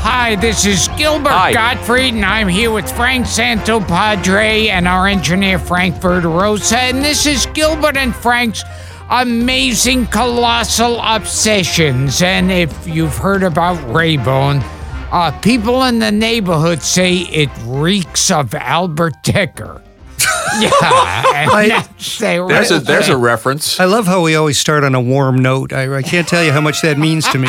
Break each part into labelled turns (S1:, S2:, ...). S1: Hi, this is Gilbert
S2: Hi.
S1: Gottfried, and I'm here with Frank Santopadre and our engineer Frank Verderosa. And this is Gilbert and Frank's amazing colossal obsessions. And if you've heard about Raybone, uh, people in the neighborhood say it reeks of Albert Decker. yeah, and that's, they
S2: There's a
S1: really
S2: there's
S1: say.
S2: a reference.
S3: I love how we always start on a warm note. I, I can't tell you how much that means to me.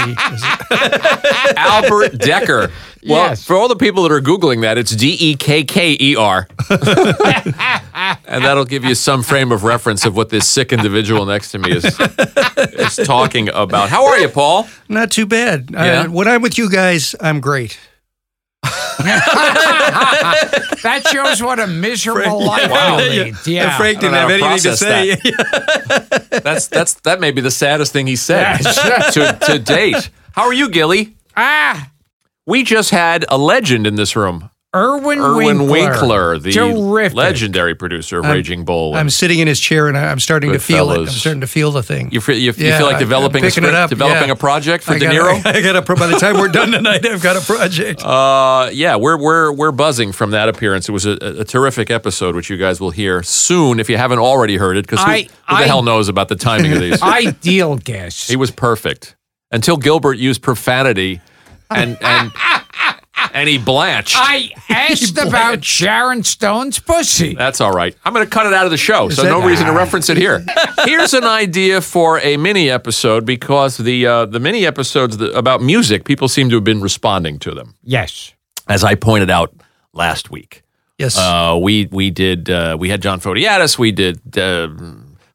S2: Albert Decker. Well,
S1: Yes.
S2: for all the people that are googling that, it's D E K K E R, and that'll give you some frame of reference of what this sick individual next to me is is talking about. How are you, Paul?
S3: Not too bad.
S2: Yeah.
S3: Uh, when I'm with you guys, I'm great.
S1: that shows what a miserable life
S2: Wow.
S1: I lead. Yeah.
S4: Oh, And Frank
S2: I don't know
S4: didn't have
S2: how to
S4: anything to say.
S2: process That's that's that may be the saddest thing he said to, to date. How are you, Gilly?
S1: ah,
S2: We just had a legend in this room,
S1: Erwin,
S2: Erwin Winkler, the
S1: Terrific.
S2: legendary producer of Raging Bull.
S3: I'm sitting in his chair and I, I'm starting to
S2: Good
S3: feel it. I'm
S2: fellows.
S3: starting to feel the thing.
S2: you feel, you, you
S3: Yeah,
S2: feel like
S3: I-
S2: developing
S3: I'm
S2: a
S3: picking it
S2: script,
S3: up,
S2: developing
S3: yeah.
S2: a project for
S3: I
S2: De
S3: got-
S2: Niro.
S3: I got a. By the time we're done tonight, I've got a project.
S2: Uh, yeah, we're we're we're buzzing from that appearance. It was a, a terrific episode, which you guys will hear soon if you haven't already heard it. Because who,
S1: I-
S2: who
S1: I-
S2: the hell knows about the timing of these?
S1: Ideal guest.
S2: he was perfect until Gilbert used profanity, and and and he blanched.
S1: I asked about Sharon Stone's pussy.
S2: That's all right. I'm going to cut it out of the show, so
S3: that-
S2: no reason to reference it here. Here's an idea for a mini episode because the uh, the mini episodes th- about music, people seem to have been responding to them,
S1: Yes.
S2: as I pointed out last week.
S3: Yes.
S2: Uh, we we did uh, we had John Fotiadis. We did uh,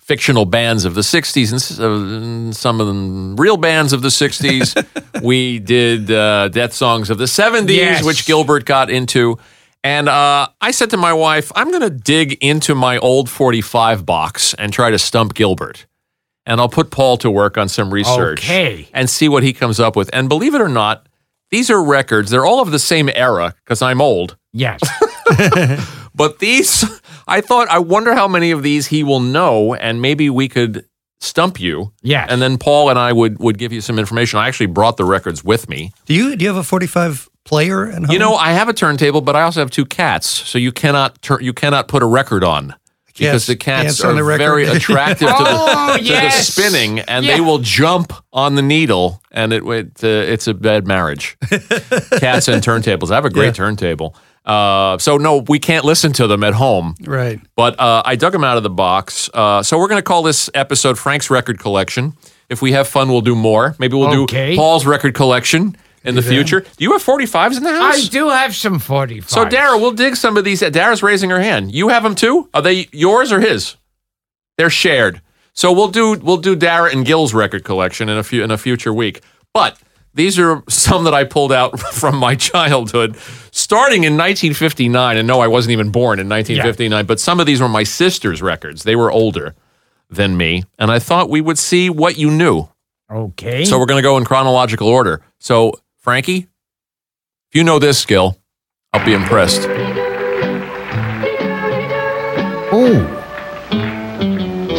S2: fictional bands of the '60s and s- uh, and some of them real bands of the '60s. we did uh, death songs of the '70s,
S1: Yes.
S2: which Gilbert got into. And uh, I said to my wife, I'm going to dig into my old 45 box and try to stump Gilbert. And I'll put Paul to work on some research
S1: Okay.
S2: and see what he comes up with. And believe it or not, these are records. They're all of the same era because I'm old.
S1: Yes.
S2: But these, I thought, I wonder how many of these he will know, and maybe we could stump you.
S1: Yes.
S2: And then Paul and I would would give you some information. I actually brought the records with me.
S3: do you do you have a 45 player at home?
S2: You know, I have a turntable, but I also have two cats, so you cannot tur- you cannot put a record on. Because
S3: Yes,
S2: the cats
S3: dance on
S2: are
S3: the record.
S2: very attractive to, the,
S1: Oh,
S2: to
S1: yes.
S2: the spinning, and
S1: Yeah.
S2: they will jump on the needle, and it, it uh, it's a bad marriage. cats and turntables. I have a great turntable, uh, so no, we can't listen to them at home.
S3: right.
S2: But uh, I dug them out of the box. Uh, so we're going to call this episode Frank's Record Collection. If we have fun, we'll do more. Maybe we'll
S1: Okay.
S2: do Paul's Record Collection in the future. Do you have 45s in the
S1: I
S2: house?
S1: do have some 45.
S2: So, Dara, we'll dig some of these. Dara's raising her hand. You have them too? Are they yours or his? They're shared. So we'll do we'll do Dara and Gil's record collection in a few in a future week. But these are some that I pulled out from my childhood, starting in 1959. And no, I wasn't even born in 1959. But some of these were my sister's records. They were older than me, and I thought we would see what you knew.
S1: Okay.
S2: So we're going to go in chronological order. So, Frankie, if you know this skill, I'll be impressed.
S1: Ooh.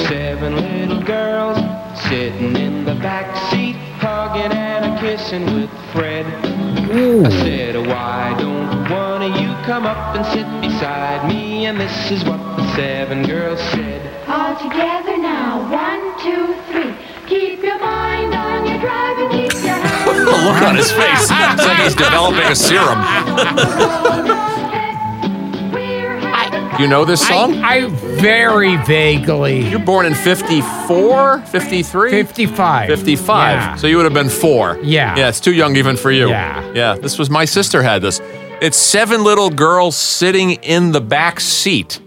S5: Seven little girls sitting in the back seat, hugging and a kissing with Fred. I said, Why don't one of you come up and sit beside me? And this is what the seven girls said.
S6: All together now, one, two, three. Keep your mind on your driving, keep your hand on
S2: The look on his face. It's like he's developing a serum.
S6: the road. We're having
S2: You know this song?
S1: I, I very vaguely.
S2: You're born in 54, 53?
S1: 55.
S2: 55.
S1: Yeah.
S2: So you would have been four.
S1: Yeah.
S2: Yeah, it's too young even for you.
S1: Yeah.
S2: Yeah. This was my sister had this. It's seven little girls sitting in the back seat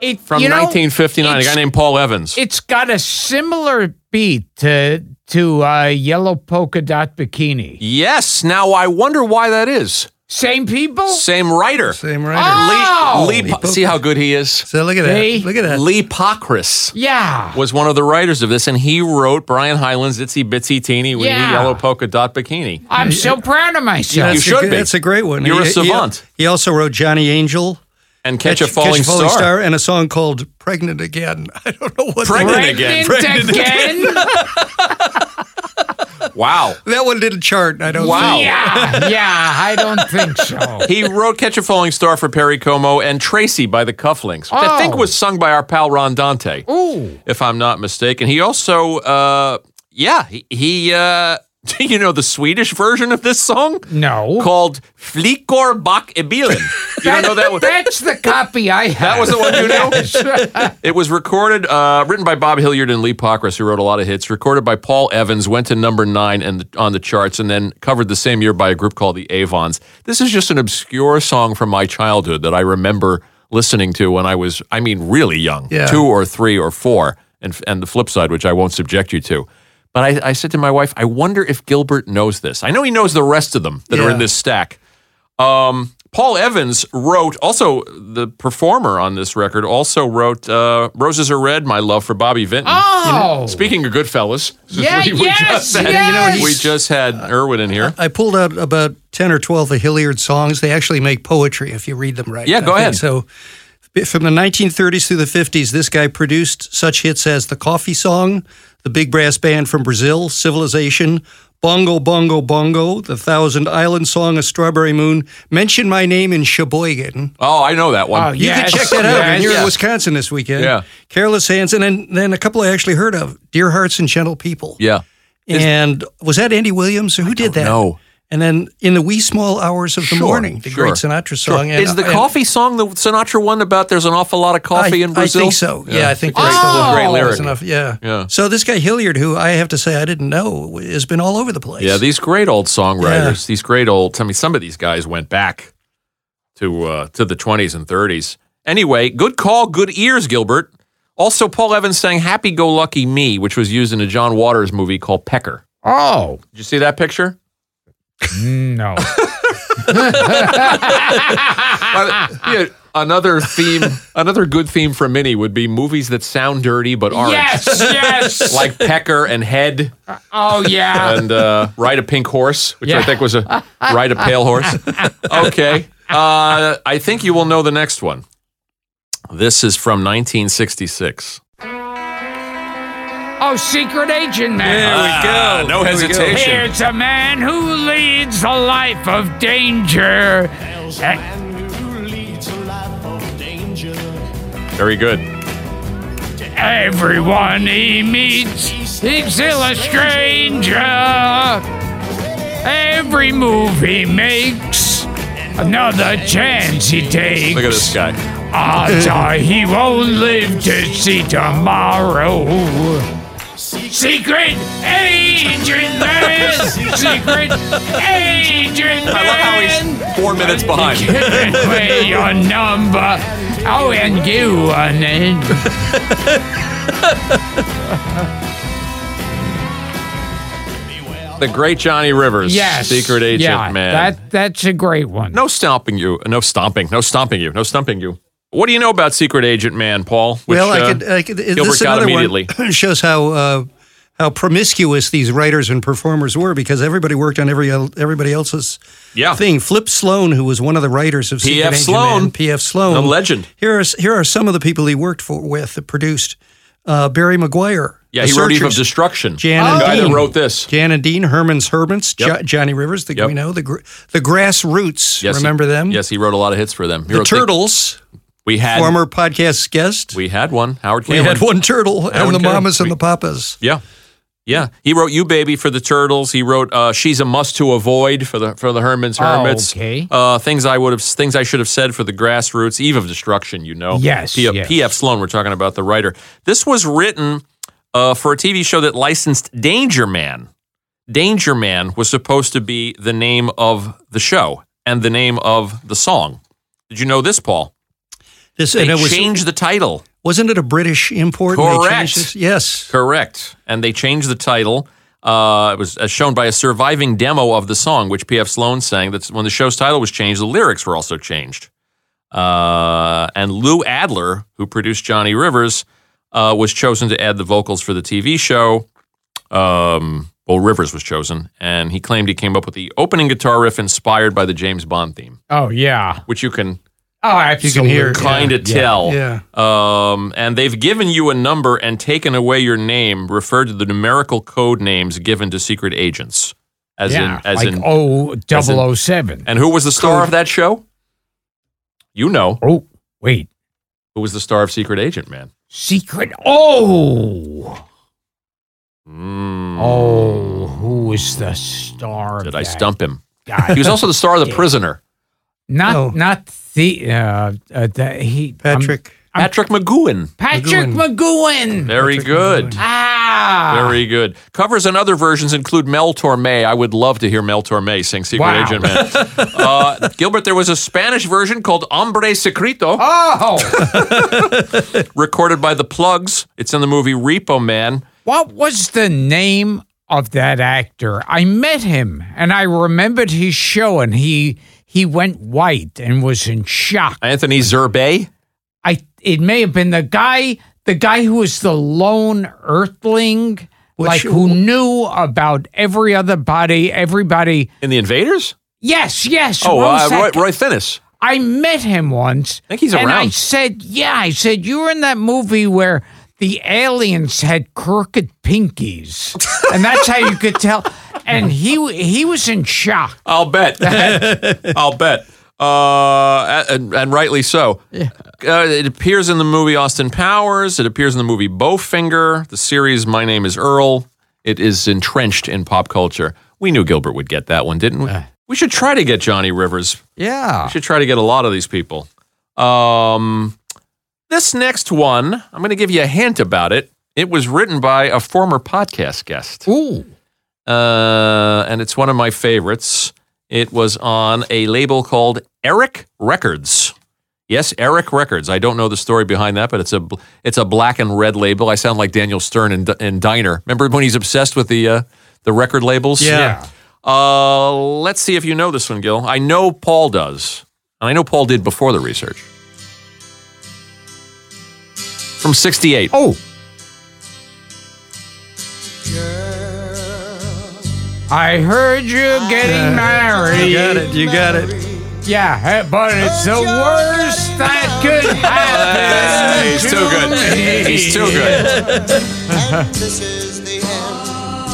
S1: It-
S2: from
S1: you know,
S2: 1959. A
S1: it's-
S2: guy named Paul Evans.
S1: It's got a similar beat to, to uh, Yellow Polka Dot Bikini.
S2: yes. Now I wonder why that is.
S1: Same people?
S2: Same writer.
S3: Same writer.
S1: Oh!
S2: Lee, Lee, Po- see how good he is?
S3: So look at that.
S1: See?
S3: Look at that.
S2: Lee Pockris.
S1: yeah.
S2: was one of the writers of this, and he wrote Brian Hyland's "Itsy Bitsy Teeny Weeny
S1: Yeah.
S2: Yellow Polka Dot Bikini."
S1: I'm so proud of myself.
S3: That's a
S2: should
S3: good-
S2: be.
S3: That's a great one.
S2: You're a
S3: He- he-
S2: savant.
S3: He, also wrote Johnny Angel,
S2: And catch, a falling, star.
S3: and a song called "Pregnant Again." I don't know what.
S2: Pregnant
S1: Pregnant
S2: again.
S1: again?
S2: Wow.
S3: That one didn't chart. I don't.
S2: Wow.
S3: Think.
S1: Yeah, yeah, I don't think so.
S2: He wrote Catch a Falling Star for Perry Como and Tracy by the Cufflinks, which I think
S1: Oh.
S2: was sung by our pal Ron Dante,
S1: Ooh.
S2: if I'm not mistaken. He also, uh, yeah, he, he uh, do you know the Swedish version of this song?
S1: No.
S2: Called Flickor Bak Ebilen. You don't know that one?
S1: That's the copy I have.
S2: That was the one you knew? it was recorded, uh, written by Bob Hilliard and Lee Pockris, who wrote a lot of hits, recorded by Paul Evans, went to number nine and on the charts, and then covered the same year by a group called the Avons. This is just an obscure song from my childhood that I remember listening to when I was, I mean, really young,
S3: Yeah.
S2: two or three or four, and, and the flip side, which I won't subject you to. But I, I said to my wife, I wonder if Gilbert knows this. I know he knows the rest of them that are in
S3: Yeah.
S2: this stack. Um, Paul Evans wrote, also the performer on this record, also wrote uh, "Roses Are Red," "My Love for Bobby Vinton."
S1: Oh.
S2: Speaking of Goodfellas,
S1: Yeah, yes,
S2: had,
S1: yes. You know,
S2: we
S1: he's-
S2: just had Irwin in here.
S3: I pulled out about ten or twelve of Hilliard songs. They actually make poetry if you read them right.
S2: Yeah,
S3: I
S2: go
S3: think.
S2: ahead.
S3: So, from the 1930s through the 50s, this guy produced such hits as "The Coffee Song," "The Big Brass Band from Brazil," "Civilization." Bongo, bongo, bongo, the Thousand Island Song, A Strawberry Moon. Mention my name in Sheboygan.
S2: Oh, I know that one.
S1: Oh,
S3: You
S1: Yes,
S3: can check that out
S1: yes.
S3: when you're
S2: Yeah.
S3: in Wisconsin this weekend.
S2: Yeah.
S3: Careless Hands, and then, then a couple I actually heard of Dear Hearts and Gentle People.
S2: yeah.
S3: And was that Andy Williams or who did that?
S2: know.
S3: And then In the Wee Small Hours of the
S2: Sure,
S3: Morning, the
S2: sure,
S3: great Sinatra song. And,
S2: Is the
S3: and
S2: coffee song the Sinatra one about "There's an awful lot of
S3: I,
S2: coffee in Brazil"?
S3: I think so. Yeah, I think
S2: Great,
S3: that's
S1: Oh.
S2: great
S3: that's
S2: lyric.
S3: enough. Yeah.
S2: Yeah.
S3: So this guy Hilliard, who I have to say I didn't know, has been all over the place.
S2: Yeah, these great old songwriters.
S3: Yeah.
S2: These great old. I mean, some of these guys went back to uh, to the twenties and thirties. Anyway, good call, good ears, Gilbert. Also, Paul Evans sang "Happy Go Lucky Me," which was used in a John Waters movie called Pecker.
S1: Oh,
S2: Did you see that picture?
S1: no.
S2: Uh, yeah, another theme, another good theme for Minnie would be movies that sound dirty but aren't,
S1: yes, yes.
S2: like Pecker and Head.
S1: oh, yeah.
S2: and uh, ride a pink horse, which I
S1: Yeah.
S2: think was a ride a pale horse. Okay, uh, I think you will know the next one. This is from 1966.
S1: Oh, secret agent man.
S3: There we
S2: Ah,
S3: go.
S2: no
S3: There we go.
S2: hesitation.
S1: Here's a man who leads a life of danger. Eh,
S2: Very good.
S1: Everyone he meets, he's still a stranger. Every move he makes, another chance he takes.
S2: Look at this guy.
S1: Odds are he won't live to see tomorrow. Secret agent man, secret agent man.
S2: I love how he's four minutes behind.
S1: Give away your number. Oh, and you a name.
S2: The great Johnny Rivers.
S1: Yes,
S2: Secret agent
S1: yeah,
S2: man.
S1: That that's a great one.
S2: no stomping you. No stomping. No stomping you. No stumping you. What do you know about Secret Agent Man, Paul? Which,
S3: well,
S2: uh,
S3: I could. I could this
S2: Gilbert
S3: is
S2: got
S3: another
S2: immediately.
S3: one shows how uh, how promiscuous these writers and performers were because everybody worked on every el- everybody else's
S2: Yeah.
S3: thing. Flip Sloan, who was one of the writers of
S2: P.F.
S3: Secret Agent
S2: Sloan.
S3: Man, P.F. Sloan,
S2: The legend.
S3: Here are s- here are some of the people he worked for with that produced uh, Barry McGuire.
S2: Yeah,
S3: The
S2: he wrote Eve of
S3: Searchers,
S2: Destruction.
S3: Jan
S2: the
S3: and
S2: guy that
S3: Dean.
S2: wrote this.
S3: Jan and Dean, Herman's Hermits,
S2: Yep.
S3: jo- Johnny Rivers, the
S2: Yep.
S3: we know the gr- the Grassroots.
S2: Yes, he-
S3: remember them?
S2: Yes, he wrote a lot of hits for them. He
S3: the
S2: wrote Think-
S3: Turtles,
S2: We had
S3: former podcast guest.
S2: We had one. Howard
S3: We
S2: Kalin.
S3: had one turtle
S2: Howard
S3: and the
S2: Turtle.
S3: mamas
S2: We-
S3: and the papas.
S2: Yeah. Yeah. He wrote You Baby for the Turtles. He wrote uh, She's a Must to Avoid for the for the
S3: Oh,
S2: Herman's Hermits.
S1: Okay.
S2: Uh, things I would have things I should have said for the grassroots, Eve of Destruction, you know.
S1: Yes,
S2: P.F.
S1: yes.
S2: P.F. Sloan, we're talking about the writer. This was written uh, for a TV show that licensed Danger Man. Danger Man was supposed to be the name of the show and the name of the song. Did you know this, Paul?
S3: This
S2: They
S3: and it was
S2: changed the title.
S3: wasn't it a British import? and they
S2: Correct.
S3: changed this? Yes.
S2: Correct. And they changed the title. Uh, it was as shown by a surviving demo of the song, which P.F. Sloan sang. That's when the show's title was changed. The lyrics were also changed. Uh, and Lou Adler, who produced Johnny Rivers, uh, was chosen to add the vocals for the TV show. Um, well, Rivers was chosen, and he claimed he came up with the opening guitar riff inspired by the James Bond theme,
S1: Oh yeah.
S2: which you can
S1: Oh, absolutely.
S3: hear it.
S2: kind
S3: Yeah,
S2: of tell.
S3: yeah.
S2: Um, and they've given you a number and taken away your name, referred to the numerical code names given to secret agents. As
S1: yeah,
S2: in, as
S1: like
S2: in,
S1: oh
S2: as in-
S1: double oh seven.
S2: and who was the star of that show? You know
S1: Oh, wait.
S2: who was the star of Secret Agent, man.
S1: Secret. Oh.
S2: Mm.
S1: Oh, who is the star? of
S2: Did I
S1: that
S2: stump him?
S1: guy?
S2: He was also the star of The Prisoner,
S1: Not,
S3: No.
S1: not the, uh, uh, the he, I'm-
S3: Patrick.
S2: Patrick McGowan.
S1: Patrick McGowan.
S2: Very
S3: Patrick
S2: good.
S3: McGowan.
S1: Ah.
S2: Very good. Covers and other versions include Mel Torme. I would love to hear Mel Torme sing Secret
S1: Wow.
S2: Agent Man. uh, Gilbert, there was a Spanish version called Hombre Secreto,
S1: oh,
S2: recorded by The Plugs. It's in the movie Repo Man.
S1: what was the name of that actor? I met him and I remembered his show and he he went white and was in shock.
S2: Anthony Zerbe.
S1: I it may have been the guy the guy who was the lone earthling like
S3: show?
S1: who knew about every other body, everybody.
S2: In The Invaders?
S1: Yes, yes.
S2: Oh, uh,
S1: Rosek.
S2: Roy, Roy Finnis.
S1: I met him once.
S2: I think he's
S1: And I
S2: around.
S1: said, yeah, I said, you were in that movie where the aliens had crooked pinkies. and that's how you could tell. And he he was in shock.
S2: I'll bet. I'll bet. Uh, and, and rightly so. Uh, it appears in the movie Austin Powers. It appears in the movie Bowfinger. The series My Name Is Earl. It is entrenched in pop culture. We knew Gilbert would get that one, didn't we? we should try to get Johnny Rivers.
S1: Yeah.
S2: We should try to get a lot of these people. Um, this next one, I'm going to give you a hint about it. It was written by a former podcast guest
S1: Ooh.
S2: uh, and it's one of my favorites. It was on a label called Eric Records. Yes, Eric Records. I don't know the story behind that, but it's a bl- it's a black and red label. I sound like Daniel Stern in, D- in Diner. Remember when he's obsessed with the uh, the record labels?
S3: Yeah.
S2: Uh, let's see if you know this one, Gil. I know Paul does, and I know Paul did before the research. From '68.
S1: Oh. I heard you getting married.
S3: You got it. You got it.
S1: Yeah, hey, but it's the worst that could happen.
S2: Hey, he's too good. He's too good.
S4: This is the end.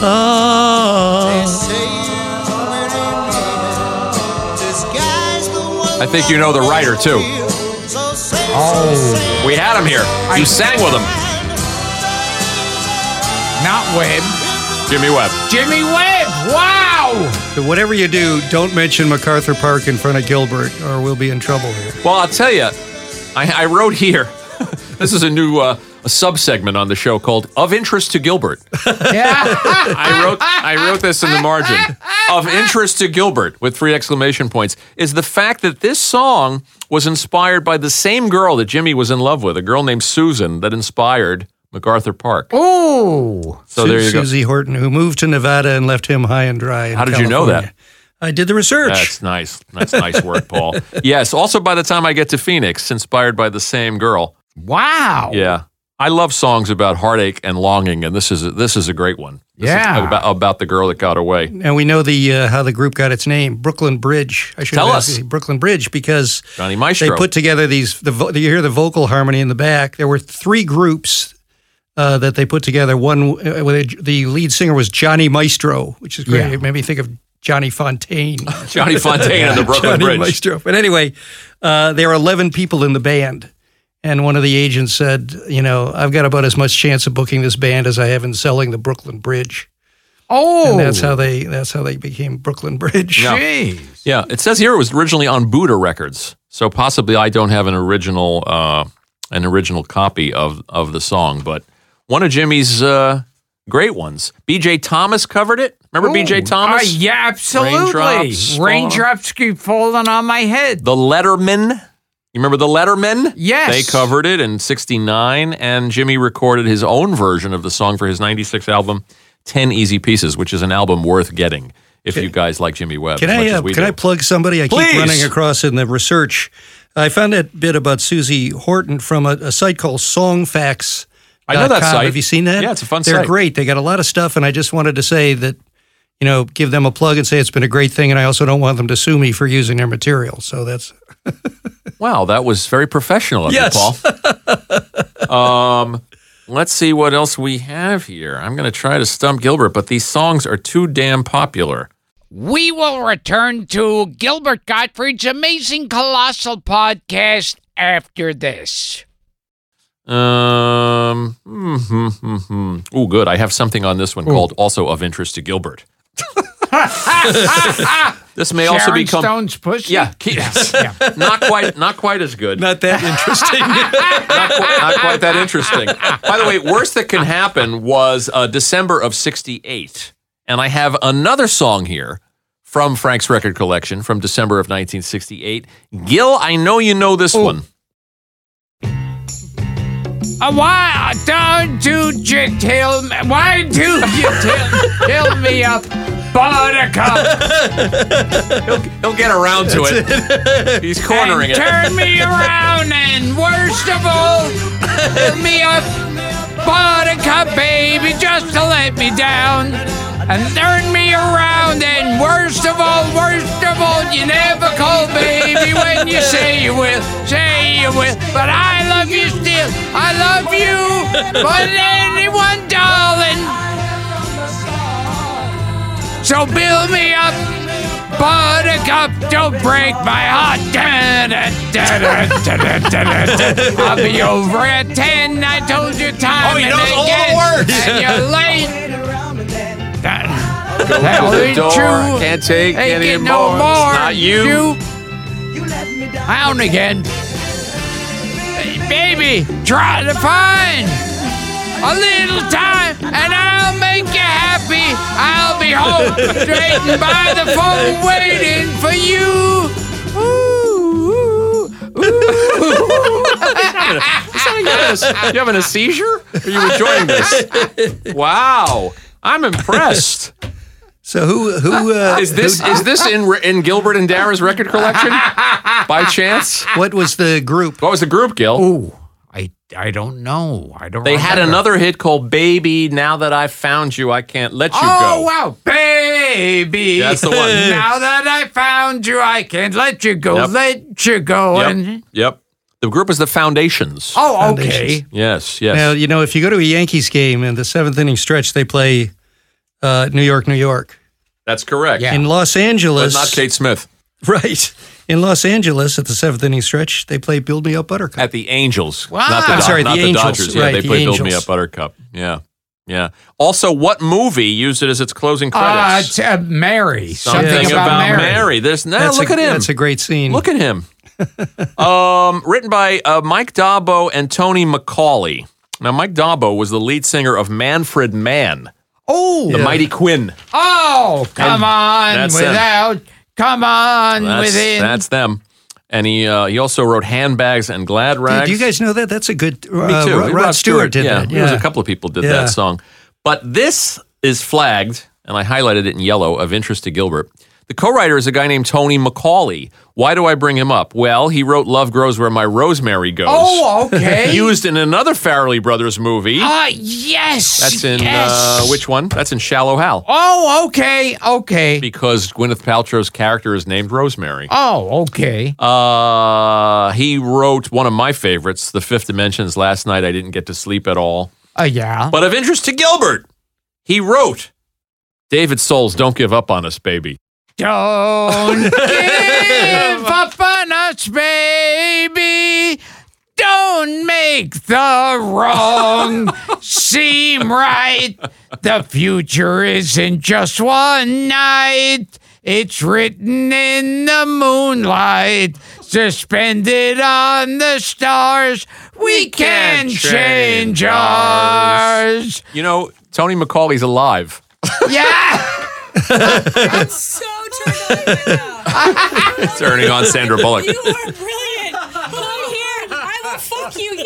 S3: Oh.
S4: Say we're in This guy's the one.
S2: I think you know the writer too.
S4: So say,
S1: Oh,
S2: We had him here. You sang with him,
S1: not Webb.
S2: Jimmy Webb.
S1: Jimmy Webb. Wow.
S3: So whatever you do, don't mention MacArthur Park in front of Gilbert, or we'll be in trouble here.
S2: Well, I'll tell you, I, I wrote here. this is a new uh, a sub segment on the show called "Of Interest to Gilbert."
S1: Yeah.
S2: I wrote I wrote this in the margin. Of interest to Gilbert with three exclamation points is the fact that this song was inspired by the same girl that Jimmy was in love with, a girl named Susan that inspired MacArthur Park.
S1: Ooh.
S2: So there you go.
S3: Susie Horton, who moved to Nevada and left him high and dry. in
S2: How did you know
S3: California. I did the research.
S2: That's nice. That's nice work, Paul. Yes. Also, by the time I get to Phoenix, inspired by the same girl.
S1: Wow.
S2: Yeah. I love songs about heartache and longing, and this is this is a great one. This is
S1: Yeah.
S2: about, about the girl that got away.
S3: and we know the uh, how the group got its name, Brooklyn Bridge. I should
S2: Tell
S3: have
S2: us.
S3: asked- Brooklyn Bridge because
S2: Johnny Maestro.
S3: They put together these. The, vo- you hear the vocal harmony in the back. There were three groups uh, that they put together. One, uh, where they- the lead singer was Johnny Maestro, which is great.
S1: Yeah.
S3: It made me think of Johnny Fontaine.
S2: Johnny Fontaine and the Brooklyn
S3: Johnny
S2: Bridge.
S3: Maestro. But anyway, uh, there were eleven people in the band. And one of the agents said, "You know, I've got about as much chance of booking this band as I have in selling the Brooklyn Bridge."
S1: Oh.
S3: And that's how they that's how they became Brooklyn Bridge.
S1: Jeez.
S2: Yeah, it says here it was originally on Buddha Records, so possibly I don't have an original uh, an original copy of of the song, but one of Jimmy's uh, great ones. B.J. Thomas covered it. Remember B.J. Thomas?
S1: Uh, yeah, absolutely.
S2: Raindrops fall.
S1: Raindrops keep falling on my head.
S2: The Letterman. You remember the Letterman?
S1: Yes.
S2: They covered it in 69, and Jimmy recorded his own version of the song for his 96 album, 10 Easy Pieces, which is an album worth getting if you guys like Jimmy Webb.
S3: Can
S2: as
S3: I
S2: much
S3: uh,
S2: as we
S3: can I
S2: do.
S3: plug somebody I
S2: Please.
S3: keep running across in the research? I found that bit about Susie Horton from a, a site called Songfacts.
S2: I know that site.
S3: Have you seen that?
S2: Yeah, it's a fun
S3: They're
S2: site.
S3: great. They got a lot of stuff, and I just wanted to say that you know give them a plug and say it's been a great thing, and I also don't want them to sue me for using their material. So that's
S2: Wow, that was very professional of
S3: Yes.
S2: you, Paul. um, let's see what else we have here. I'm going to try to stump Gilbert, but these songs are too damn popular.
S1: We will return to Gilbert Gottfried's amazing colossal podcast after this.
S2: Um, hmm, hmm, hmm, hmm. Oh, good. I have something on this one called "Also of Interest to Gilbert." this may also
S1: Sharon
S2: become
S1: Stone's pussy.
S2: yeah, ke- yes. not quite, not quite as good.
S3: Not that interesting.
S2: not, quite, not quite that interesting. By the way, worst that can happen was uh, December of '68, and I have another song here from Frank's record collection from December of 1968. Gil, I know you know this one.
S1: Uh, why don't you just tell me? Why do you tell, tell me up, Buttercup?
S2: He'll get around to it. He's
S1: and
S2: cornering it.
S1: turn me around, and worst of all, tell me up, Buttercup, baby, just to let me down. And turn me around, and worst of all, worst of all, you never call baby when you say you will, say you will. But I love you still, I love you, but anyone, darling. So build me up, buttercup, don't break my heart. Da, da, da, da, da, da, da, da, da. I'll be over at 10, I told you time.
S2: Oh, he
S1: and
S2: knows all the
S1: again,
S2: words.
S1: And you're late. That, that
S2: to the
S1: ain't
S2: door,
S1: true.
S2: I can't take
S1: Ain't
S2: any
S1: get no
S2: more.
S1: more.
S2: It's not you.
S1: Clown again. Hey, baby, try to find a little time and I'll make you happy. I'll be home straight by the phone waiting for you. Ooh,
S2: You having a- you having a seizure? Are you enjoying this? Wow. I'm impressed.
S3: so who who uh,
S2: Is this is this in re- in Gilbert and Dara's record collection by chance?
S3: uh, what was the group?
S2: What was the group, Gil?
S1: ooh. I, I don't know. I don't
S2: They had
S1: remember.
S2: another hit called "Baby." Now that I found you, I can't let you
S1: Oh,
S2: go.
S1: wow. Baby.
S2: That's the one.
S1: now that I found you, I can't let you go.
S2: Yep.
S1: Let you go.
S2: Yep.
S1: And,
S2: Yep. The group is the Foundations.
S1: oh, okay.
S3: Foundations.
S2: Yes. Yes.
S3: Now you know if you go to a Yankees game in the seventh inning stretch, they play uh, New York, New York.
S2: That's correct.
S1: Yeah.
S3: In Los
S2: But
S3: Angeles,
S2: not Kate Smith
S3: right? In Los Angeles, at the seventh inning stretch, they play "Build Me Up, Buttercup."
S2: at the Angels.
S1: Wow.
S2: Not the,
S1: I'm
S2: Do-
S3: sorry,
S2: not
S3: the
S2: the,
S3: Angels.
S2: Dodgers. Yeah,
S3: Right,
S2: they
S3: the
S2: play "Build Me
S3: Angels.
S2: Up, Buttercup." Yeah. Yeah. Also, what movie used it as its closing
S3: Ah,
S1: Uh,
S2: credits?
S1: it's, uh, Mary. Something,
S2: Something
S1: about, Mary.
S2: There's no
S3: That's
S2: Ah, look
S3: a,
S2: at him.
S3: That's a great scene.
S2: Look at him. um, written by uh, Mike Dabo and Tony McCauley. Now, Mike Dabo was the lead singer of Manfred Mann,
S1: Oh,
S2: the Mighty Quinn.
S1: oh, come on
S2: that's him.
S1: without, come on
S2: That's,
S1: within.
S2: that's them. And he uh, he also wrote Handbags and Glad Rags.
S3: Dude, do you guys know that? That's a good. Uh,
S2: Me too.
S3: Rod, Rod Stewart, did
S2: yeah,
S3: that.
S2: There was a couple of people did
S3: Yeah.
S2: that song. But this is flagged, and I highlighted it in yellow of interest to Gilbert. The co-writer is a guy named Tony McCauley. Why do I bring him up? Well, he wrote "Love Grows Where My Rosemary Goes."
S1: oh, okay.
S2: used in another Farrelly Brothers movie.
S1: Ah, yes.
S2: That's in
S1: yes.
S2: uh, which one? That's in Shallow Hal
S1: Oh, okay, okay.
S2: because Gwyneth Paltrow's character is named Rosemary.
S1: Oh, okay.
S2: Uh, he wrote one of my favorites, The Fifth Dimensions. Last night I didn't get to sleep at all.
S1: Uh, yeah.
S2: But of interest to Gilbert, he wrote David Souls, Don't Give Up on Us, Baby.
S1: Don't give up on us, baby. Don't make the wrong seem right. The future isn't just one night. It's written in the moonlight, suspended on the stars. We can
S2: can't change
S1: change ours.
S2: You know, Tony McCauley's alive.
S1: Yeah.
S7: so turned on right now.
S2: Turning on Sandra Bullock.
S7: You are brilliant. Come here. I will fuck you.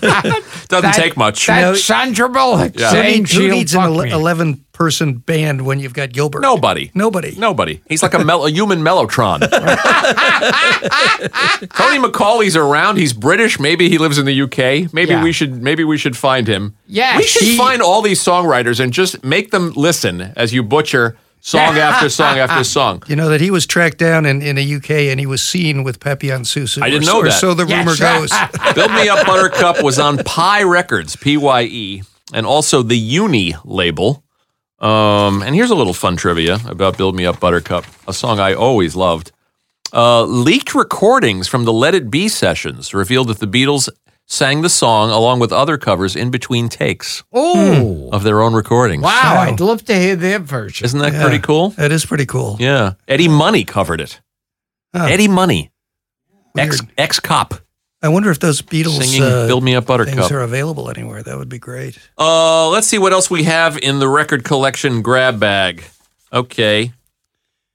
S7: Yeah.
S2: Doesn't
S1: That-
S2: take much.
S3: No.
S1: That's Sandra Bullock
S2: Yeah.
S3: Who,
S1: saying
S3: need- who
S1: she'll
S3: needs
S1: fuck
S3: an
S1: me.
S3: eleven-person band when you've got Gilbert?
S2: Nobody.
S3: Nobody.
S2: Nobody. He's like a, mel- a human mellotron. Tony McCauley's around. He's British. Maybe he lives in the UK. Maybe
S1: Yeah.
S2: we should. Maybe we should find him.
S1: Yes.
S2: we should
S1: He-
S2: find all these songwriters and just make them listen as you butcher song after song after song.
S3: You know that he was tracked down in, in the UK and he was seen with Pepe Sousa.
S2: I didn't
S3: or,
S2: know
S3: or
S2: that.
S3: So the
S1: Yes.
S3: rumor goes.
S2: Build Me Up Buttercup was on Pie Records, P Y E, and also the Uni label. Um, and here's a little fun trivia about Build Me Up Buttercup, a song I always loved. Uh, leaked recordings from the Let It Be sessions revealed that the Beatles sang the song along with other covers in between takes
S3: Hmm.
S1: Oh,
S2: of their own recordings.
S1: wow. I'd love to hear their version.
S2: Isn't that
S3: Yeah.
S2: pretty cool?
S3: That is pretty cool.
S2: Yeah. Eddie Money covered it.
S3: Huh.
S2: Eddie Money,
S3: Weird.
S2: ex ex cop,
S3: I wonder if those Beatles
S2: singing
S3: uh,
S2: Build Me Up
S3: things
S2: Buttercup.
S3: are available anywhere. That would be great.
S2: Uh, let's see what else we have in the record collection grab bag. Okay.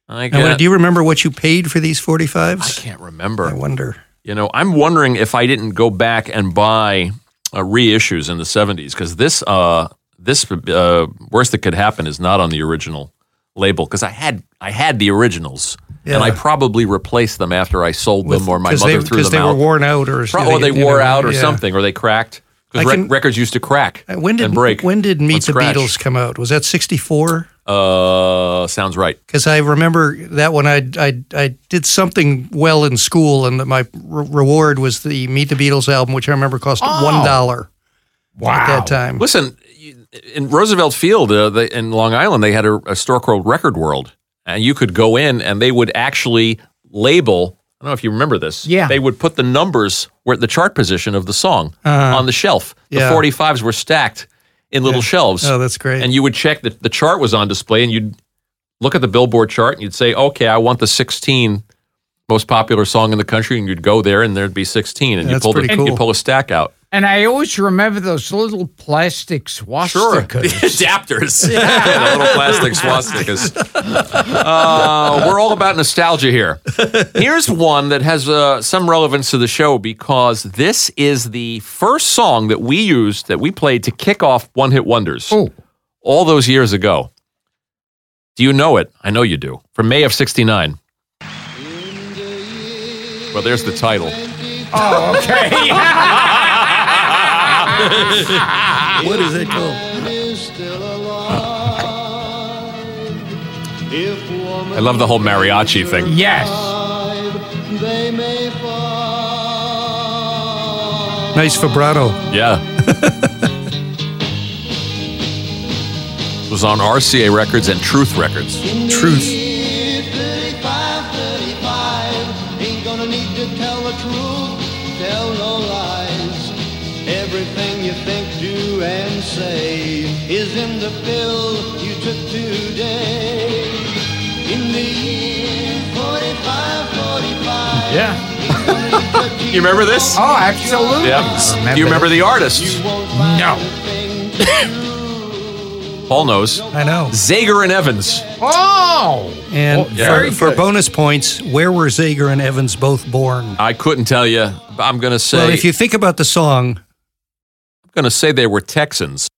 S2: I,
S3: Now,
S2: got,
S3: do you remember what you paid for these
S2: I
S3: 45s?
S2: can't
S3: I
S2: remember.
S3: wonder.
S2: You know, I'm wondering if I didn't go back and buy uh, reissues in the 70s because this, uh, this uh, worst that could happen is not on the original label because I had I had the originals and I
S3: Yeah.
S2: probably replaced them after I sold them or my
S3: Because they,
S2: mother threw
S3: 'cause
S2: them
S3: they
S2: out
S3: were worn out or
S2: Pro- or they
S3: you know,
S2: wore out or
S3: yeah.
S2: something or they cracked because
S3: I can-
S2: records used to crack
S3: Uh, When did
S2: and break.
S3: when did
S2: on
S3: Meet the
S2: scratch.
S3: Beatles come out? Was that 64?
S2: Uh, sounds right.
S3: Because I remember that one. I, I I did something well in school, and my re- reward was the Meet the Beatles album, which I remember cost
S2: Oh.
S3: one dollar
S1: Wow.
S3: at that time.
S2: Listen, you- in Roosevelt Field uh, they, in Long Island, they had a, a store called Record World, and you could go in and they would actually label. I don't know if you remember this.
S1: Yeah.
S2: They would put the numbers where the chart position of the song on the shelf. The
S3: Uh-huh. Yeah.
S2: 45s were stacked in little shelves.
S3: Oh, that's great.
S2: and you would check that the chart was on display and you'd look at the billboard chart and you'd say okay i want the 16 most popular song in the country and you'd go there and there'd be 16 and you'd
S3: That's
S2: pull, the,
S3: pretty
S2: you'd
S3: cool.
S2: pull a stack out
S1: And I always remember those little plastic
S2: sure
S1: swastikas.
S2: adapters the little plastic swastikas uh, we're all about nostalgia here here's one that has uh, some relevance to the show because this is the first song that we used that we played to kick off one hit wonders
S1: Oh,
S2: all those years ago. Do you know it? I know you do. From May of 69. Well, there's the title.
S1: oh, okay.
S3: what is it called?
S2: I love the whole mariachi thing.
S1: yes.
S3: Nice vibrato.
S2: Yeah. it was on RCA Records and Truth Records.
S3: Truth.
S4: Ain't gonna need to tell the truth, tell no lies. Everything you think, do, and say is in the pill you took today. In the year 45, 45.
S1: Yeah.
S2: You remember this?
S1: Oh, absolutely.
S2: Yeah. Do you remember the artist?
S1: No.
S2: Paul knows.
S3: I know.
S2: Zager and Evans.
S1: Oh.
S3: And
S1: Oh, very
S3: for, for
S1: good.
S3: bonus points, where were Zager and Evans both born?
S2: I couldn't tell you, but I'm going to say
S3: Well, if you think about the song
S2: I'm going to say they were Texans.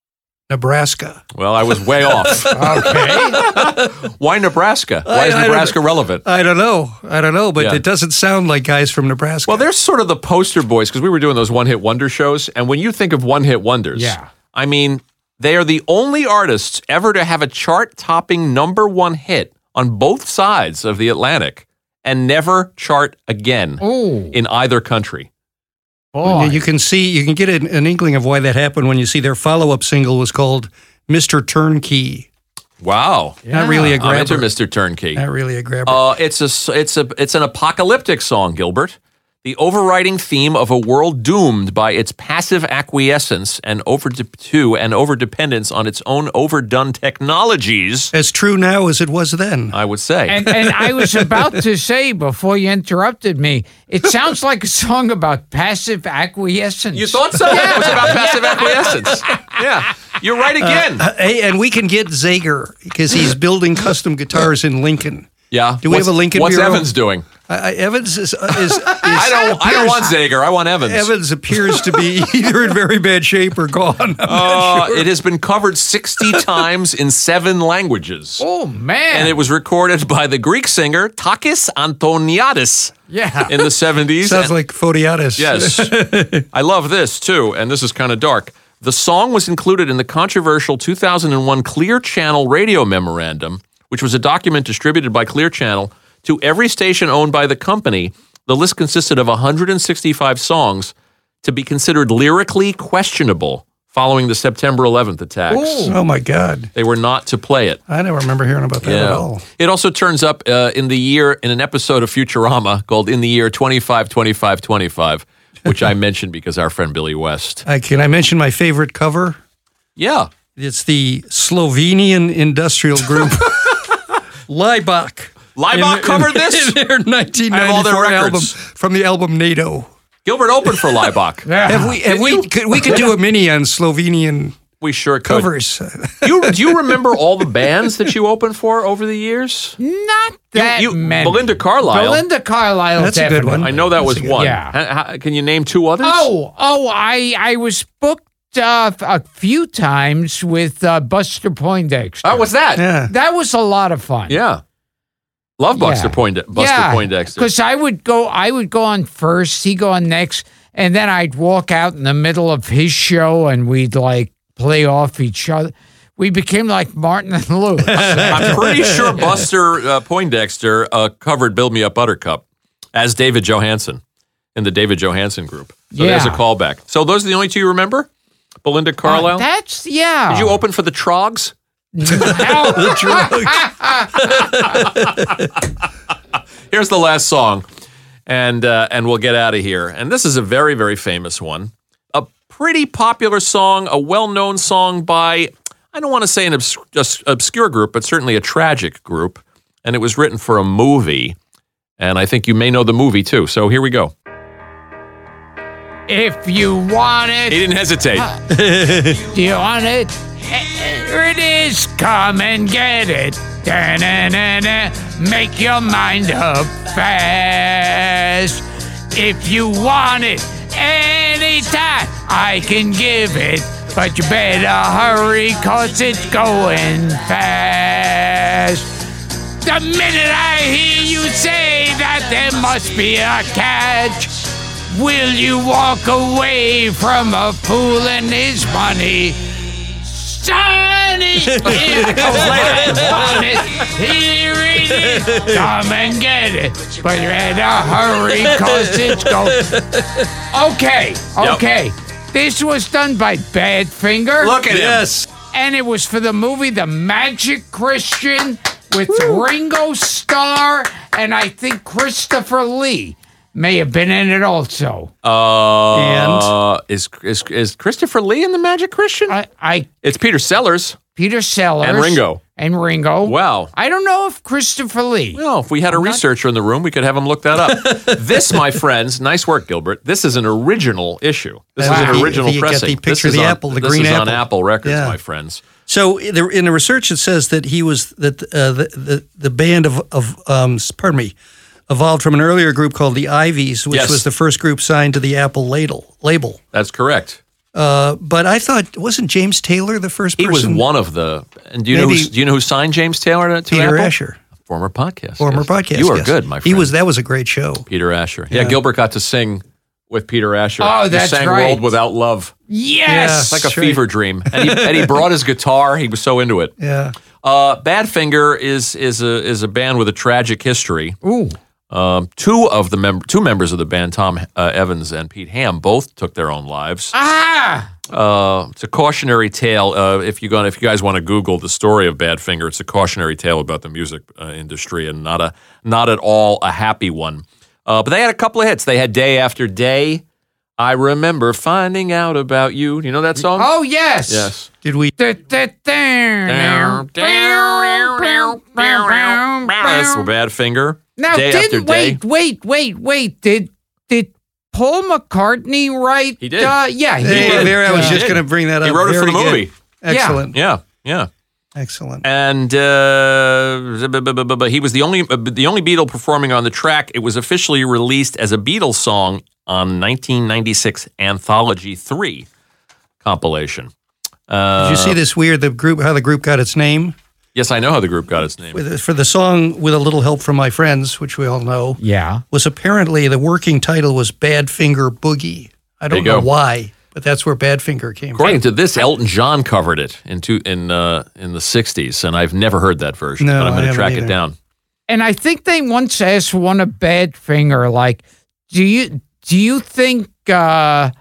S3: Nebraska,
S2: Well, I was way off.
S1: Okay.
S2: Why Nebraska? Why is
S3: I- I don't-
S2: Nebraska relevant?
S3: I don't know. I don't know, but
S2: Yeah.
S3: it doesn't sound like guys from Nebraska.
S2: Well, they're sort of the poster boys because we were doing those one hit wonder shows. And when you think of one hit wonders,
S1: Yeah.
S2: I mean, they are the only artists ever to have a chart topping number one hit on both sides of the Atlantic and never chart again
S1: Ooh.
S2: in either country.
S1: Boy.
S3: Yeah, you can see, you can get an, an inkling of why that happened when you see their follow up single was called Mr. Turnkey.
S2: Wow.
S3: Not really a
S2: I'm into
S3: grabber.
S2: Mr. Turnkey.
S3: Not really a grabber.
S2: Uh, it's a s- it's a it's an apocalyptic song, Gilbert. The overriding theme of a world doomed by its passive acquiescence and over to and overdependence on its own overdone technologies.
S3: as true now as it was then.
S2: I would say.
S1: and, and I was about to say before you interrupted me, it sounds like a song about passive acquiescence.
S2: you thought so? It was about passive acquiescence. Yeah, you're right again.
S3: Uh, Hey, and we can get Zager because he's building custom guitars in Lincoln.
S2: yeah.
S3: do we have
S2: What's-
S3: a Lincoln
S2: What's
S3: Bureau?
S2: Evans doing?
S3: I, I, Evans is. uh, is, is
S2: I don't. I don't want Zager. I want Evans.
S3: Evans appears to be either in very bad shape or gone. I'm not
S2: Uh, It has been covered 60 times in seven languages.
S1: Oh man.
S2: and it was recorded by the Greek singer Takis Antoniadis
S1: Yeah.
S2: in the 70s.
S3: sure. Sounds
S2: And-
S3: like Fotiadis.
S2: yes. I love this too, and this is kind of dark. The song was included in the controversial 2001 Clear Channel radio memorandum, which was a document distributed by Clear Channel to every station owned by the company. The list consisted of 165 songs to be considered lyrically questionable following the September 11th attacks.
S3: Oh my God.
S2: They were not to play it.
S3: I don't remember hearing about that at all.
S2: It also turns up uh, in the year in an episode of Futurama called "In the Year 25, 25, 25," which I mentioned because our friend Billy West.
S3: I, Uh, can I mention my favorite cover?
S2: Yeah,
S3: It's the Slovenian industrial group Leibach.
S2: Leibach covered this?
S3: in their 1994
S2: I have all their
S3: album
S2: records.
S3: from the album NATO.
S2: Gilbert opened for Leibach.
S3: Have we? Have we? Could, we could do a mini on Slovenian
S2: We sure could.
S3: covers.
S2: You do you remember all the bands that you opened for over the years?
S1: Not that
S2: you-
S1: many.
S2: Belinda Carlisle.
S1: Belinda Carlisle.
S3: That's a good
S1: definitely.
S3: one.
S2: I know that was one.
S1: yeah.
S2: Ha- ha- can you name two others?
S1: Oh, oh, I I was booked uh, a few times with uh, Buster Poindexter.
S2: Oh, what's that?
S3: Yeah.
S1: that was a lot of fun.
S2: Yeah. Love Buster
S1: Yeah.
S2: Poind- Buster Poindexter.
S1: Because I would go, I would go on first, he'd go on next, and then I'd walk out in the middle of his show, and we'd like play off each other. We became like Martin and Lewis.
S2: I'm pretty sure Buster uh, Poindexter uh, covered Build Me Up Buttercup as David Johansen in the David Johansen group. So there's a
S1: Yeah.
S2: callback. So those are the only two you remember? Belinda
S1: Oh,
S2: Carlisle?
S1: That's yeah.
S2: Did you open for the Trogs?
S1: Ow.
S2: Here's the last song, and uh, and we'll get out of here. And this is a very very famous one, a pretty popular song, a well known song by I don't want to say an obs- just obscure group, but certainly a tragic group. And it was written for a movie, and I think you may know the movie too. So here we go.
S1: if you want
S2: He
S1: it,
S2: didn't hesitate.
S1: do you want it? Here it is. Come and get it. Da-na-na-na. Make your mind up fast. If you want it anytime, I can give it. But you better hurry, cause it's going fast. The minute I hear you say that there must be a catch, will you walk away from a fool and his money? Sonny, if I want it, here it is. Come and get it. But you're in a hurry because it's going. Okay,
S2: Yep.
S1: okay. This was done by Badfinger.
S2: Look at him.
S3: yes.
S1: And it was for the movie The Magic Christian with Ringo Starr and I think Christopher Lee may have been in it also.
S2: Uh, is, is is Christopher Lee in the Magic Christian?
S1: I, I
S2: it's Peter Sellers.
S1: Peter Sellers
S2: And Ringo.
S1: and Ringo.
S2: Wow.
S1: I don't know if Christopher Lee.
S2: Well, if we had a researcher in the room, we could have him look that up. this, my friends, nice work, Gilbert. This is an original issue. This
S3: Wow.
S2: is
S3: If
S2: an
S3: you-
S2: original
S3: if you get
S2: pressing.
S3: the
S2: this
S3: picture
S2: is
S3: of the
S2: on,
S3: apple, the
S2: this
S3: green
S2: is on
S3: apple.
S2: Apple Records,
S3: Yeah.
S2: my friends.
S3: So there, in the research, it says that he was that uh, the, the the band of of um, s- pardon me evolved from an earlier group called the Ivies, which
S2: Yes.
S3: was the first group signed to the Apple ladle, label.
S2: That's correct.
S3: But I thought wasn't James Taylor the first
S2: He was
S3: person?
S2: one of the. And do you know
S3: Maybe-
S2: who, do you know who signed James Taylor to, to
S3: Peter
S2: Apple?
S3: Asher,
S2: former podcast,
S3: former
S2: guest.
S3: podcast.
S2: You are
S3: guest.
S2: good, my friend.
S3: He was. That was a great show.
S2: Peter Asher. Yeah. Gilbert got to sing with Peter Asher.
S1: Oh,
S2: He
S1: that's
S2: sang
S1: right.
S2: "World Without Love."
S1: Yes.
S2: It's like a
S3: Sure.
S2: fever dream, and he, and he brought his guitar. He was so into it.
S3: Yeah.
S2: Uh, Badfinger is is a is a band with a tragic history.
S1: Ooh.
S2: Um, two of the mem- two members of the band, Tom uh, Evans and Pete Ham, both took their own lives.
S1: Ah.
S2: Uh, it's a cautionary tale. Uh, if you going if you guys want to Google the story of Badfinger, it's a cautionary tale about the music uh, industry and not a not at all a happy one. Uh, but they had a couple of hits. They had Day After Day. I remember finding out about you. You know that song?
S1: Oh yes.
S2: yes.
S3: Did we?
S2: That's
S1: Now
S2: Badfinger. day after
S1: didn't
S2: day.
S1: wait, wait, wait, wait. Did did Paul McCartney write
S2: He did.
S1: Uh, yeah, he
S3: Hey,
S1: did.
S3: there I was
S2: He
S3: just
S2: did.
S3: going to bring that up.
S2: He wrote it for
S3: Very
S2: the
S3: good.
S2: movie.
S3: Excellent.
S2: Yeah, yeah.
S3: Excellent.
S2: And uh, bu- bu- bu- bu- bu- he was the only uh, the only Beatle performing on the track. It was officially released as a Beatles song on 1996 Anthology Three compilation.
S3: Did you see this weird the group how the group got its name
S2: Yes, I know how the group got its name.
S3: With- for the song with a little help from my friends, which we all know.
S1: Yeah.
S3: was apparently the working title was Bad Finger Boogie. I
S2: There
S3: don't
S2: you
S3: know
S2: go.
S3: why. But that's where Badfinger came
S2: According to this, Elton John covered it in two, in uh, in the '60s, and I've never heard that version.
S3: No,
S2: but I'm
S3: I
S2: going to
S3: haven't
S2: track
S3: either.
S2: it down.
S1: And I think they once asked one a bad finger, like, do you do you think uh,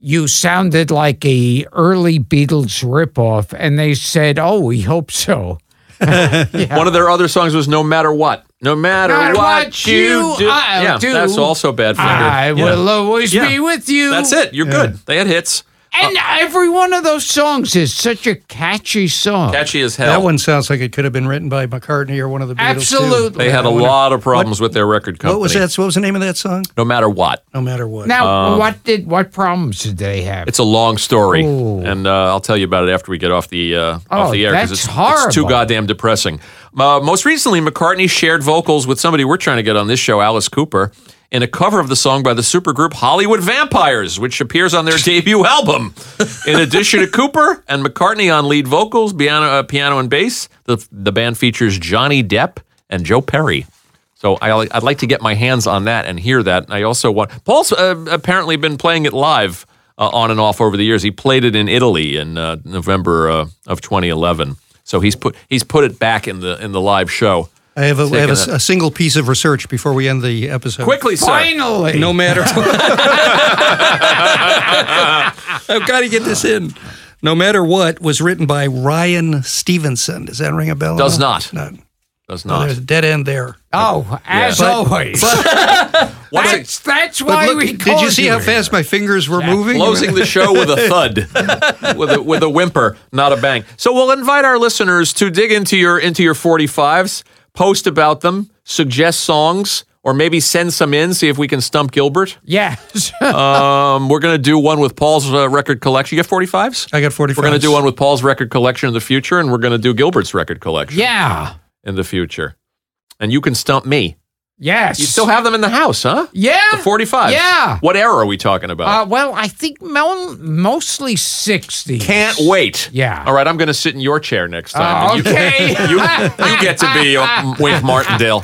S1: you sounded like a early Beatles ripoff? And they said, Oh, we hope so.
S2: One of their other songs was "No Matter What." No matter
S1: Matter
S2: what,
S1: what
S2: you
S1: you
S2: do,
S1: I'll
S2: yeah,
S1: do.
S2: that's also Badfinger.
S1: I will always
S2: Yeah.
S1: be with you.
S2: That's it. You're good. They had hits,
S1: And every one of those songs is such a catchy song.
S2: catchy as hell.
S3: That one sounds like it could have been written by McCartney or one of the Beatles. too.
S1: Absolutely.
S2: They had a lot of problems with their record company.
S3: What was that? What was the name of that song?
S2: No matter what,
S3: No matter what.
S1: Now, what did what problems did they have?
S2: it's a long story,
S1: Ooh.
S2: and uh, I'll tell you about it after we get off the uh, off
S1: Oh,
S2: the air
S1: that's
S2: it's,
S1: horrible.
S2: it's too goddamn depressing. Uh, most recently, McCartney shared vocals with somebody we're trying to get on this show, Alice Cooper, in a cover of the song by the supergroup Hollywood Vampires, which appears on their debut album. In addition to Cooper and McCartney on lead vocals, piano, uh, piano and bass, the the band features Johnny Depp and Joe Perry. So I, I'd like to get my hands on that and hear that. I also want Paul's uh, apparently been playing it live uh, on and off over the years. He played it in Italy in uh, November uh, of 2011. So he's put he's put it back in the in the live show.
S3: I have, a, I have a,
S2: Taking
S3: a single piece of research before we end the episode.
S2: Quickly, sir.
S1: Finally,
S3: No matter what. I've got to get this in. No Matter What was written by Ryan Stevenson. Does that ring a bell? at
S2: Does
S3: all?
S2: not.
S3: None.
S2: Does
S3: No,
S2: not.
S3: there's a dead end there.
S1: oh, as
S3: But-
S1: always,
S2: What's it-
S1: that's, that's
S3: But
S1: why
S3: look,
S1: we
S3: did
S1: called
S3: you see how
S1: here.
S3: fast my fingers were moving?
S2: Closing the show with a thud, with a, with a whimper, not a bang. So we'll invite our listeners to dig into your into your 45s, post about them, suggest songs, or maybe send some in. See if we can stump Gilbert.
S1: Yes.
S2: Um, we're gonna do one with Paul's uh, record collection. You got 45s?
S3: I got 45.
S2: We're gonna do one with Paul's record collection in the future, and we're gonna do Gilbert's record collection
S1: yeah.
S2: in the future. And you can stump me.
S1: Yes.
S2: You still have them in the house, huh?
S1: Yeah.
S2: The 45s.
S1: Yeah.
S2: What era are we talking about?
S1: Uh, well, I think mel- mostly Uh, 60.
S2: Can't wait.
S1: Yeah.
S2: All right, I'm going to sit in your chair next time.
S1: Uh,
S2: and you-
S1: okay.
S2: You, you get to be uh, Wink Martindale.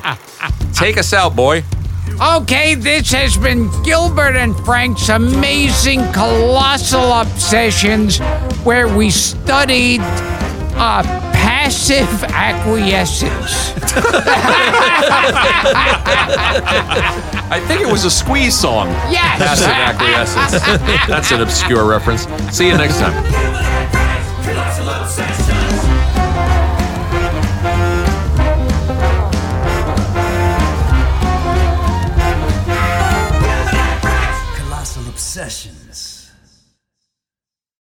S2: Take us out, boy.
S1: okay, this has been Gilbert and Frank's amazing colossal obsessions where we studied uh, passive acquiescence.
S2: I think it was a squeeze song.
S1: Yes.
S2: Passive acquiescence. That's an obscure reference. See you next time.
S7: Give us